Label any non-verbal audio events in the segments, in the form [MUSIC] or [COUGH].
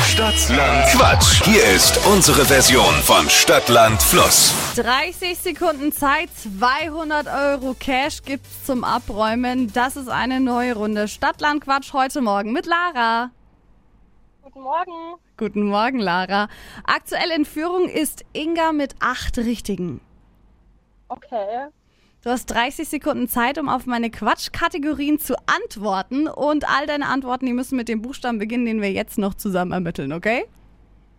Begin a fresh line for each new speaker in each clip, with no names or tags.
Stadtland Quatsch. Hier ist unsere Version von Stadtland Fluss.
30 Sekunden Zeit, 200 Euro Cash gibt's zum Abräumen. Das ist eine neue Runde Stadtlandquatsch heute Morgen mit Lara.
Guten Morgen.
Guten Morgen, Lara. Aktuell in Führung ist Inga mit acht Richtigen.
Okay.
Du hast 30 Sekunden Zeit, um auf meine Quatschkategorien zu antworten. Und all deine Antworten, die müssen mit dem Buchstaben beginnen, den wir jetzt noch zusammen ermitteln, okay?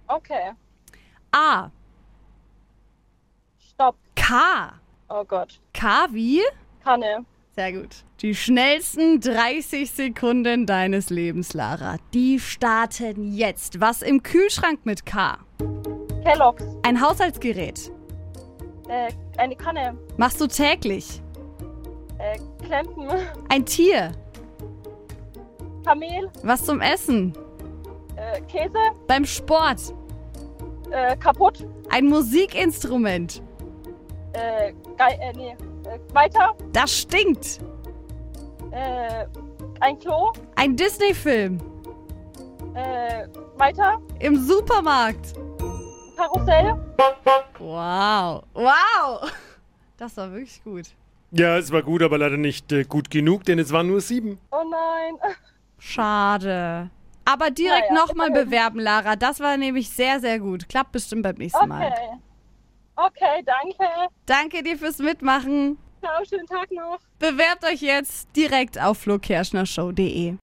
Okay.
A.
Stopp.
K.
Oh Gott.
K wie?
Kanne.
Sehr gut. Die schnellsten 30 Sekunden deines Lebens, Lara. Die starten jetzt. Was im Kühlschrank mit K?
Kellogg's.
Ein Haushaltsgerät.
Äh, eine Kanne.
Machst du täglich?
Äh, Klempen.
Ein Tier.
[LAUGHS] Kamel.
Was zum Essen?
Äh, Käse.
Beim Sport?
Äh, kaputt.
Ein Musikinstrument.
Äh, geil. Äh, nee. Äh, weiter.
Das stinkt.
Äh, ein Klo.
Ein Disney-Film.
Äh, weiter.
Im Supermarkt.
Karussell.
Wow. Wow. [LAUGHS] Das war wirklich gut.
Ja, es war gut, aber leider nicht äh, gut genug, denn es waren nur sieben.
Oh nein. [LAUGHS]
Schade. Aber direkt
Naja,
nochmal bewerben, Lara. Das war nämlich sehr, sehr gut. Klappt bestimmt beim nächsten Mal.
Okay. Okay, danke.
Danke dir fürs Mitmachen.
Ciao, schönen Tag noch.
Bewerbt euch jetzt direkt auf flokerschnershow.de.